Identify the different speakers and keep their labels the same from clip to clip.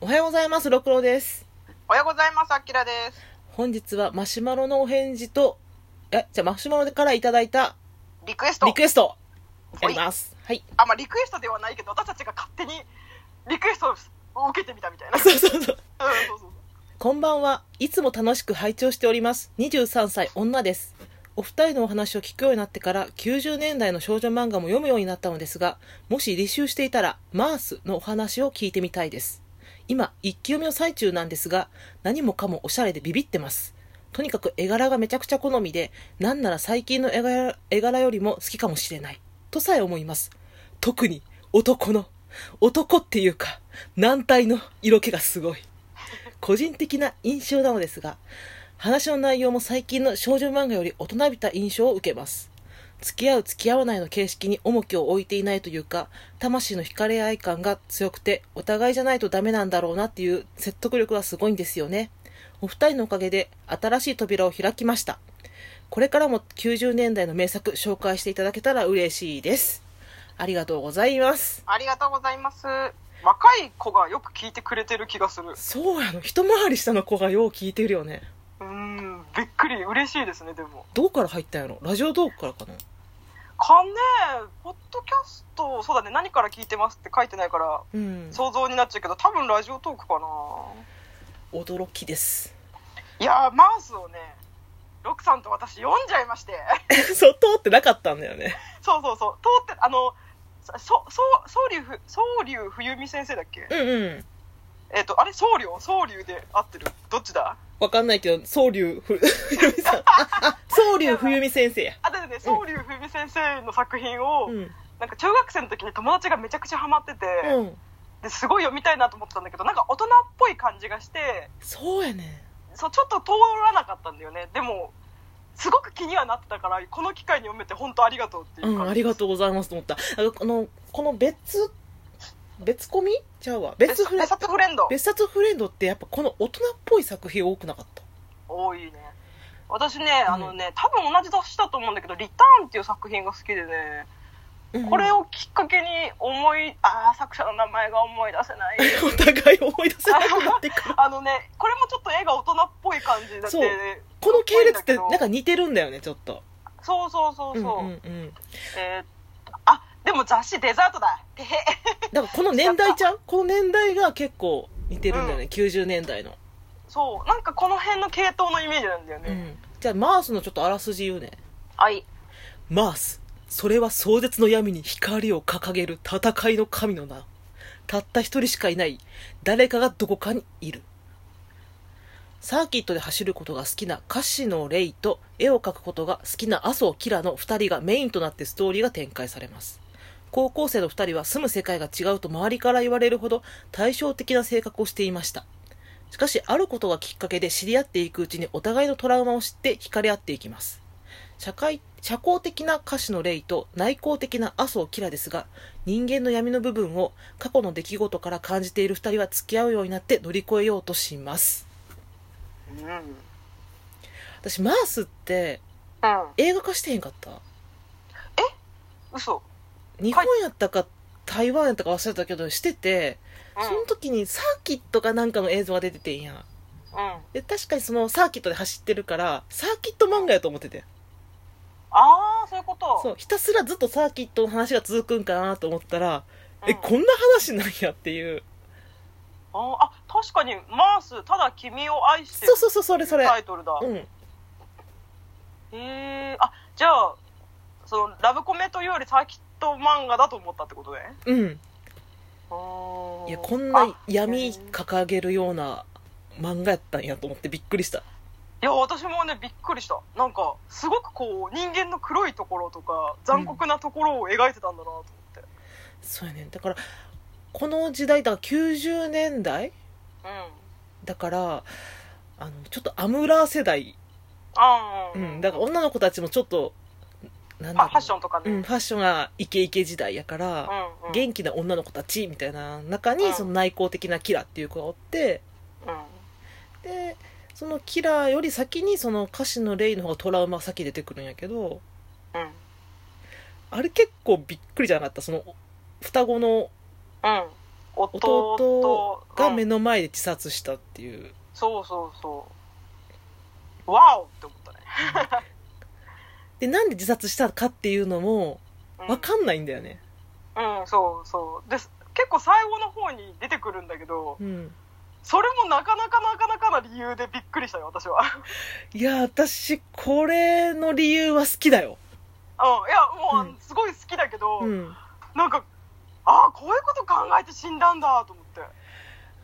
Speaker 1: おはようございます、六郎です。
Speaker 2: おはようございます、あきらです。
Speaker 1: 本日はマシュマロのお返事と、え、じゃあマシュマロからいただいた
Speaker 2: リクエスト。
Speaker 1: リクエスト、やります。はい。
Speaker 2: あ、まあ、リクエストではないけど、私たちが勝手に リクエストを受けてみたみたいな。うん、
Speaker 1: そ
Speaker 2: そう
Speaker 1: そうそう。
Speaker 2: うそう。
Speaker 1: こんばんは。いつも楽しく拝聴しております。23歳女です。お二人のお話を聞くようになってから90年代の少女漫画も読むようになったのですが、もし履修していたら、マースのお話を聞いてみたいです。今、一気読みの最中なんですが、何もかもおしゃれでビビってます。とにかく絵柄がめちゃくちゃ好みで、なんなら最近の絵柄絵柄よりも好きかもしれない。とさえ思います。特に男の、男っていうか、軟体の色気がすごい。個人的な印象なのですが話の内容も最近の少女漫画より大人びた印象を受けます付き合う付き合わないの形式に重きを置いていないというか魂の惹かれ合い感が強くてお互いじゃないとダメなんだろうなっていう説得力がすごいんですよねお二人のおかげで新しい扉を開きましたこれからも90年代の名作紹介していただけたら嬉しいですありがとうございます
Speaker 2: ありがとうございます。若い子がよく聞いてくれてる気がする。
Speaker 1: そうやの一回り下の子がよう聞いてるよね
Speaker 2: うーん、びっくり、嬉しいですね、でも。
Speaker 1: どうから入ったんやろラジオトークからかな
Speaker 2: かねポッドキャスト、そうだね、何から聞いてますって書いてないから、
Speaker 1: うん
Speaker 2: 想像になっちゃうけど、多分ラジオトークかな。
Speaker 1: 驚きです
Speaker 2: いやー、マウスをね、ロクさんと私読んじゃいまして。
Speaker 1: そう通ってなかったんだよね
Speaker 2: そうそうそう、通って、あの、そ、そ、そうりゅう、そうりゅう冬美先生だっけ
Speaker 1: うんうん
Speaker 2: えっ、と、あれ、僧侶僧侶で合ってる。どっちだ
Speaker 1: わかんないけど総龍ふ冬美 さんああ総龍冬美先生や
Speaker 2: あ、だよね、僧侶ふみ先生の作品を、
Speaker 1: うん
Speaker 2: なんか中学生の時に友達がめちゃくちゃハマってて、
Speaker 1: うん
Speaker 2: ですごい読みたいなと思ってたんだけど、なんか大人っぽい感じがして、
Speaker 1: そうやね
Speaker 2: そう、ちょっと通らなかったんだよね。でも、すごく気にはなってたから、この機会に読めて本当ありがとうっていうう感じ。
Speaker 1: んありがとうございますと思ったあのこのこの別別コミちゃうわ
Speaker 2: う
Speaker 1: 別
Speaker 2: 別
Speaker 1: フレ
Speaker 2: 別冊フレンド。
Speaker 1: 別冊フレンドってやっぱこの大人っぽい作品多くなかった
Speaker 2: 多いね。私ね、
Speaker 1: うん
Speaker 2: あのね、多分同じ年だと思うんだけど、リターンっていう作品が好きでね、
Speaker 1: うん
Speaker 2: これをきっかけに思い、ああ、作者の名前が思い出せ ない。
Speaker 1: お互い思い出せなく なってくる
Speaker 2: あのね、これもちょっと絵が大人っぽい感じだって、
Speaker 1: そうこの系列ってなんか似てるんだよねちょっと
Speaker 2: そうそうそうそう。
Speaker 1: んうんうん
Speaker 2: えーあ、でも雑誌デザートだ。てへ。
Speaker 1: だからこの年代ち ゃうこの年代が結構似てるんだよね、90年代の、
Speaker 2: そう、なんかこの辺の系統のイメージなんだよ
Speaker 1: う
Speaker 2: ね。
Speaker 1: ん、じゃあマースのちょっとあらすじ言うね
Speaker 2: はい。
Speaker 1: マースそれは壮絶の闇に光を掲げる戦いの神の名たった一人しかいない誰かがどこかにいるサーキットで走ることが好きなカシノレイと絵を描くことが好きな麻生キラの2人がメインとなってストーリーが展開されます高校生の2人は住む世界が違うと周りから言われるほど対照的な性格をしていましたしかしあることがきっかけで知り合っていくうちにお互いのトラウマを知って惹かれ合っていきます社会社交的な歌手のレイと内向的な麻生キラですが人間の闇の部分を過去の出来事から感じている2人は付き合うようになって乗り越えようとします
Speaker 2: うん。うん。
Speaker 1: 私マースって映画化してへんかった
Speaker 2: 嘘。
Speaker 1: 日本やったか台湾やったか忘れたけどしてて
Speaker 2: うん。
Speaker 1: その時にサーキットかなんかの映像が出ててんや
Speaker 2: うん。
Speaker 1: で確かにそのサーキットで走ってるからサーキット漫画やと思ってて
Speaker 2: あー、そういうこと。
Speaker 1: そうひたすらずっとサーキットの話が続くんかなと思ったら、
Speaker 2: うん
Speaker 1: えこんな話なんやっていう
Speaker 2: あーあ、確かに、マース、ただ君を愛してる
Speaker 1: そうそうそうそれそれ
Speaker 2: タイトルだ。
Speaker 1: うん
Speaker 2: へえあじゃあそのラブコメというよりサーキット漫画だと思ったってことね
Speaker 1: うん
Speaker 2: うー
Speaker 1: いやこんな
Speaker 2: あ
Speaker 1: 闇
Speaker 2: うんい
Speaker 1: 掲げるような漫画やったんやと思ってびっくりした
Speaker 2: や私もねびっくりしたなんかすごくこう人間の黒いところとか残酷なところを描いてたんだなと思って
Speaker 1: そうやねだからこの時代だから90年代
Speaker 2: うん
Speaker 1: だからあのちょっとアムラー世代、
Speaker 2: あ
Speaker 1: う
Speaker 2: ー
Speaker 1: ん、だから女の子たちもちょっとなんだろ
Speaker 2: ファ
Speaker 1: う
Speaker 2: ファッションとかね、
Speaker 1: うん、ファッションがイケイケ時代やから、
Speaker 2: うんうん
Speaker 1: 元気な女の子たちみたいな中
Speaker 2: う
Speaker 1: に
Speaker 2: ん
Speaker 1: その内向的なキラっていう子がおって
Speaker 2: うん
Speaker 1: でそのキラより先にその歌手のレイの方がトラウマが先出てくるんやけど
Speaker 2: うん
Speaker 1: あれ結構びっくりじゃなかったその双子の
Speaker 2: うん弟と
Speaker 1: が
Speaker 2: うん
Speaker 1: 目の前で自殺したっていう、
Speaker 2: そうそうそうわおって思ったね
Speaker 1: でなんで自殺したかっていうのも
Speaker 2: うん
Speaker 1: 分かんないんだよね
Speaker 2: うんそうそうです結構最後の方に出てくるんだけど
Speaker 1: うん
Speaker 2: それもなかなかなかなかな理由でびっくりしたよ私はうん
Speaker 1: いや私これの理由は好きだよ
Speaker 2: いやもうあ
Speaker 1: う
Speaker 2: のすごい好きだけど、
Speaker 1: うん、
Speaker 2: なんかああこういうこと考えて死んだんだと思って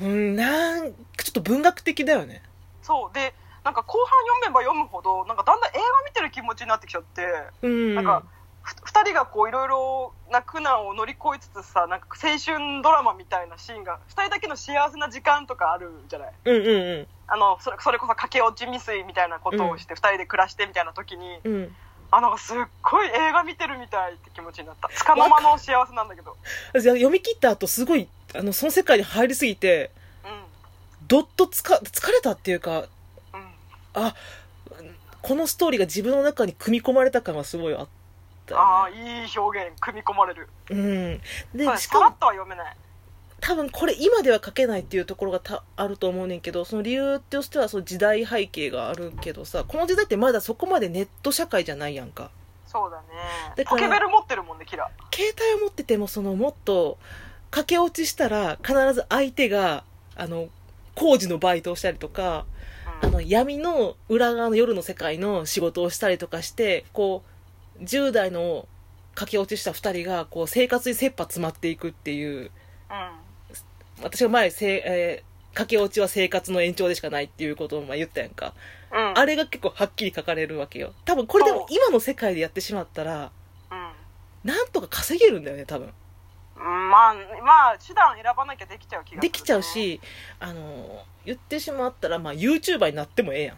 Speaker 1: うん、なんかちょっと文学的だよね
Speaker 2: そうでなんか後半読めば読むほどなんかだんだん映画見てる気持ちになってきちゃって
Speaker 1: うん
Speaker 2: なんかふ2人がこういろいろな苦難を乗り越えつつさなんか青春ドラマみたいなシーンが2人だけの幸せな時間とかあるじゃない
Speaker 1: うんうん
Speaker 2: あのそれそれこそ駆け落ち未遂みたいなことをして2人で暮らしてみたいな時に、
Speaker 1: うんうん
Speaker 2: あなんかすっごい映画見てるみたいって気持ちになったつかの間の幸せなんだけど
Speaker 1: 私読み切った後すごいあのその世界に入りすぎて
Speaker 2: う
Speaker 1: どっとつか疲れたっていうか
Speaker 2: んうん
Speaker 1: あこのストーリーが自分の中に組み込まれた感がすごいあったよね、
Speaker 2: ああいい表現組み込まれる
Speaker 1: うん、で
Speaker 2: そうね
Speaker 1: し
Speaker 2: さら
Speaker 1: かも
Speaker 2: っとは読めない
Speaker 1: 多分これ今では書けないっていうところがたあると思うねんけどその理由としてはその時代背景があるけどさこの時代ってまだそこまでネット社会じゃないやんか
Speaker 2: そうだ
Speaker 1: だから
Speaker 2: ねポケベル持ってるもんねキラ
Speaker 1: 携帯を持っててもそのもっと駆け落ちしたら必ず相手があの工事のバイトをしたりとか
Speaker 2: う
Speaker 1: あ
Speaker 2: ん
Speaker 1: の闇の裏側の夜の世界の仕事をしたりとかしてこう10代の駆け落ちした2人がこう生活に切羽詰まっていくっていう
Speaker 2: うん
Speaker 1: 私が前せ、えー駆け落ちは生活の延長でしかないっていうことをまあ言ったやんか
Speaker 2: うん
Speaker 1: あれが結構はっきり書かれるわけよ多分これでも今の世界でやってしまったら
Speaker 2: うん
Speaker 1: なんとか稼げるんだよね多分
Speaker 2: うんまあまあ手段選ばなきゃできちゃう気がするね、
Speaker 1: できちゃうしあの言ってしまったら、まあ、YouTuber になってもええやん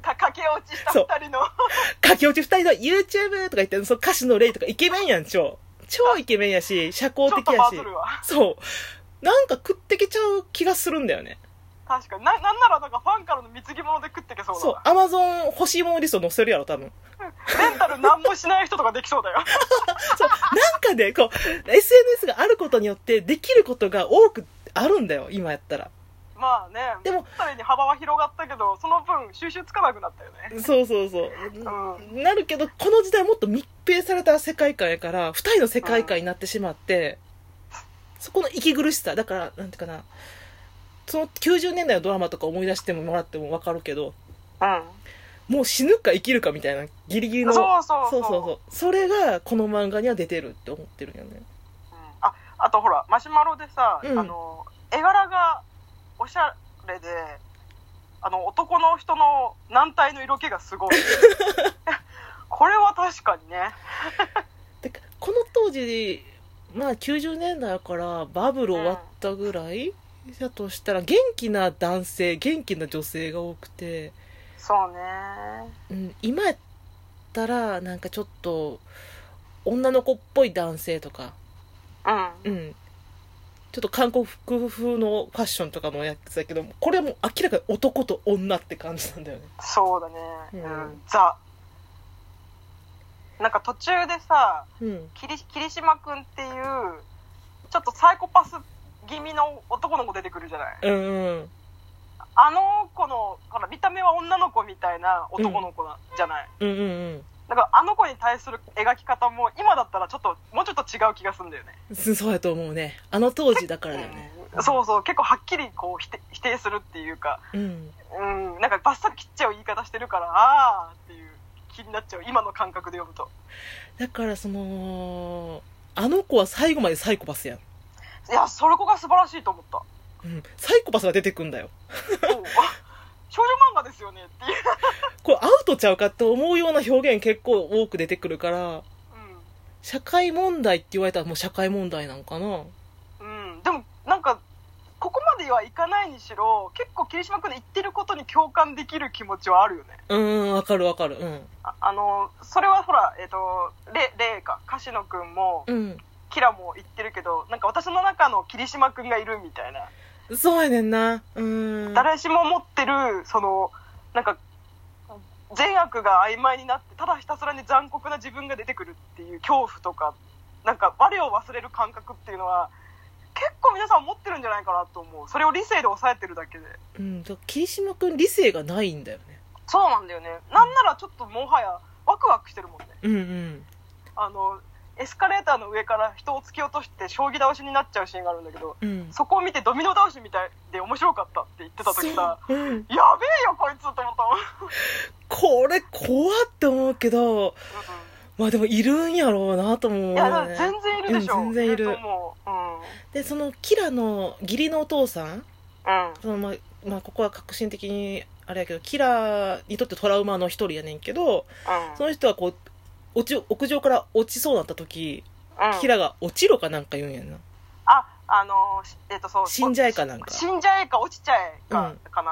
Speaker 2: か駆け落ちした
Speaker 1: そう
Speaker 2: 2人の
Speaker 1: 駆け落ち二人の YouTube とか言ってその歌手の例とかイケメンやん超超イケメンやし社交
Speaker 2: ちょっ
Speaker 1: 的
Speaker 2: と
Speaker 1: や
Speaker 2: バ
Speaker 1: し
Speaker 2: ズるわ
Speaker 1: そうなんか食ってけちゃう気がするんだよね
Speaker 2: 確かにななんならなんかファンからの貢ぎ物で食ってけそうだ
Speaker 1: そう
Speaker 2: な
Speaker 1: Amazon 欲しいものリスト載せるやろ多分
Speaker 2: レンタル何もしない人とかできそうだよ
Speaker 1: そうなんかねこう SNS があることによってできることが多くあるんだよ今やったら
Speaker 2: まあね
Speaker 1: でも
Speaker 2: それに幅は広がったけどその分収集つかなくなったよね
Speaker 1: そうそうそう、なるけどこの時代もっと密閉された世界観やから二人の世界観になってしまって、そこの息苦しさだからなんていうかなその90年代のドラマとか思い出してもらっても分かるけど
Speaker 2: う
Speaker 1: もう死ぬか生きるかみたいなギリギリ
Speaker 2: ん
Speaker 1: の
Speaker 2: そうそ
Speaker 1: そ
Speaker 2: うそう
Speaker 1: うそうそうそれがこの漫画には出てるって思ってるよね
Speaker 2: うんああとほらマシュマロでさ、
Speaker 1: うん
Speaker 2: あの絵柄がおしゃれであの男の人の軟体の色気が すごいこれは確かにね
Speaker 1: てかこの当時まあ90年代だからバブル終わったぐらい、だとしたら元気な男性元気な女性が多くて、
Speaker 2: そうね
Speaker 1: うん、今やったらなんかちょっと女の子っぽい男性とか、
Speaker 2: うん
Speaker 1: うん、ちょっと韓国風のファッションとかもやってたけどこれはもう明らかに男と女って感じなんだよね
Speaker 2: そうだね
Speaker 1: う
Speaker 2: うんん、ザなんか途中でさ
Speaker 1: うん
Speaker 2: 霧霧島くんっていうちょっとサイコパス気味の男の子出てくるじゃない
Speaker 1: うんうん
Speaker 2: あの子のほら見た目は女の子みたいな男の子な、じゃない
Speaker 1: うんうん
Speaker 2: だからあの子に対する描き方も今だったらちょっともうちょっと違う気がするんだよね
Speaker 1: うんすそうやと思うねあの当時だからだよね
Speaker 2: うんそうそう結構はっきりこう否定否定するっていうか
Speaker 1: うん
Speaker 2: うんなんかバッサリ切っちゃう言い方してるからああっていう気になっちゃう今の感覚で読むと
Speaker 1: だからそのあの子は最後までサイコパスやん、
Speaker 2: いやそれこが素晴らしいと思った
Speaker 1: うん、サイコパスが出てくんだよ
Speaker 2: そう 少女漫画ですよねっていう、
Speaker 1: これアウトちゃうかって思うような表現結構多く出てくるから社会問題って言われたらもう社会問題なんかな
Speaker 2: うん、うん、でもなんかここまではいかないにしろ結構桐島君の言ってることに共感できる気持ちはあるよね
Speaker 1: うーんわかるわかるうん
Speaker 2: ああのそれはほら、えっとレレイか樫野君も
Speaker 1: うん
Speaker 2: キラも言ってるけどなんか私の中の桐島君がいるみたいな、
Speaker 1: そうやねんなうーん
Speaker 2: 誰しも持ってるそのなんか善悪が曖昧になってただひたすらに残酷な自分が出てくるっていう恐怖とかなんか我を忘れる感覚っていうのは結構皆さん持ってるんんじゃないかなと思うそれを理性で抑えてるだけで
Speaker 1: うん、だから霧島君理性がないんだよね
Speaker 2: そうなんだよねなんならちょっともはやワクワクしてるもんね
Speaker 1: うんうん
Speaker 2: あのエスカレーターの上から人を突き落として将棋倒しになっちゃうシーンがあるんだけど
Speaker 1: うん
Speaker 2: そこを見てドミノ倒しみたいで面白かったって言ってた時さ
Speaker 1: そううん、
Speaker 2: やべえよこいつって思ったもん、
Speaker 1: これ怖って思うけど
Speaker 2: う
Speaker 1: まあでもいるんやろうなとも思う、
Speaker 2: ん、
Speaker 1: ね、
Speaker 2: いやだから全然いるでしょ、
Speaker 1: うん全然いる
Speaker 2: と思ううん
Speaker 1: でそのキラの義理のお父さん
Speaker 2: うん
Speaker 1: そのまあ、まあ、ここは革新的にあれやけどキラにとってトラウマの一人やねんけどその人はこう落ち屋上から落ちそうになった時、
Speaker 2: うん、
Speaker 1: キラが落ちろかなんか言うんやな
Speaker 2: ああのーしえっ、とそう
Speaker 1: 死んじゃえかなんか
Speaker 2: 死んじゃえか落ちちゃえか、か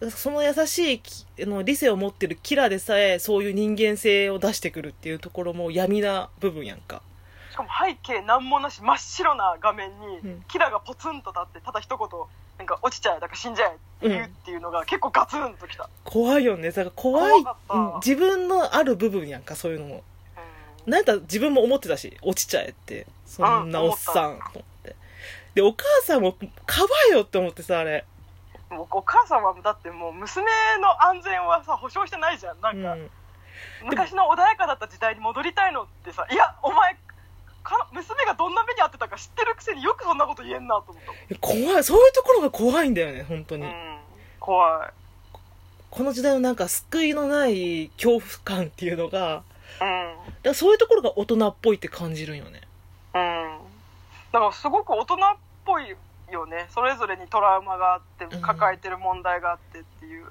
Speaker 2: な
Speaker 1: その優しいきあの理性を持ってるキラでさえそういう人間性を出してくるっていうところも闇な部分やんか
Speaker 2: しかも背景なんもなし真っ白な画面に、
Speaker 1: うん
Speaker 2: キラがポツンと立ってただ一言なんか落ちちゃえだから死んじゃえって言うっていうのが、結構ガツンときた、
Speaker 1: 怖いよねだから怖い
Speaker 2: 怖かった
Speaker 1: うん自分のある部分やんかそういうのも
Speaker 2: うん
Speaker 1: なんだ自分も思ってたし落ちちゃえってそんなおっさんと思ってでお母さんもかばえよって思ってさあれ
Speaker 2: もうお母さんはだってもう娘の安全はさ保証してないじゃんな
Speaker 1: うんん
Speaker 2: か、昔の穏やかだった時代に戻りたいのってさいやお前か娘がどんな目に遭ってたか知ってるくせによくそんなこと言えんなと思ったもん、
Speaker 1: 怖いそういうところが怖いんだよね本当に、
Speaker 2: うん、怖い、
Speaker 1: この時代のなんか救いのない恐怖感っていうのが
Speaker 2: うん、
Speaker 1: だからそういうところが大人っぽいって感じるんよね
Speaker 2: うんだからすごく大人っぽいよねそれぞれにトラウマがあって
Speaker 1: うん
Speaker 2: 抱えてる問題があってっていう、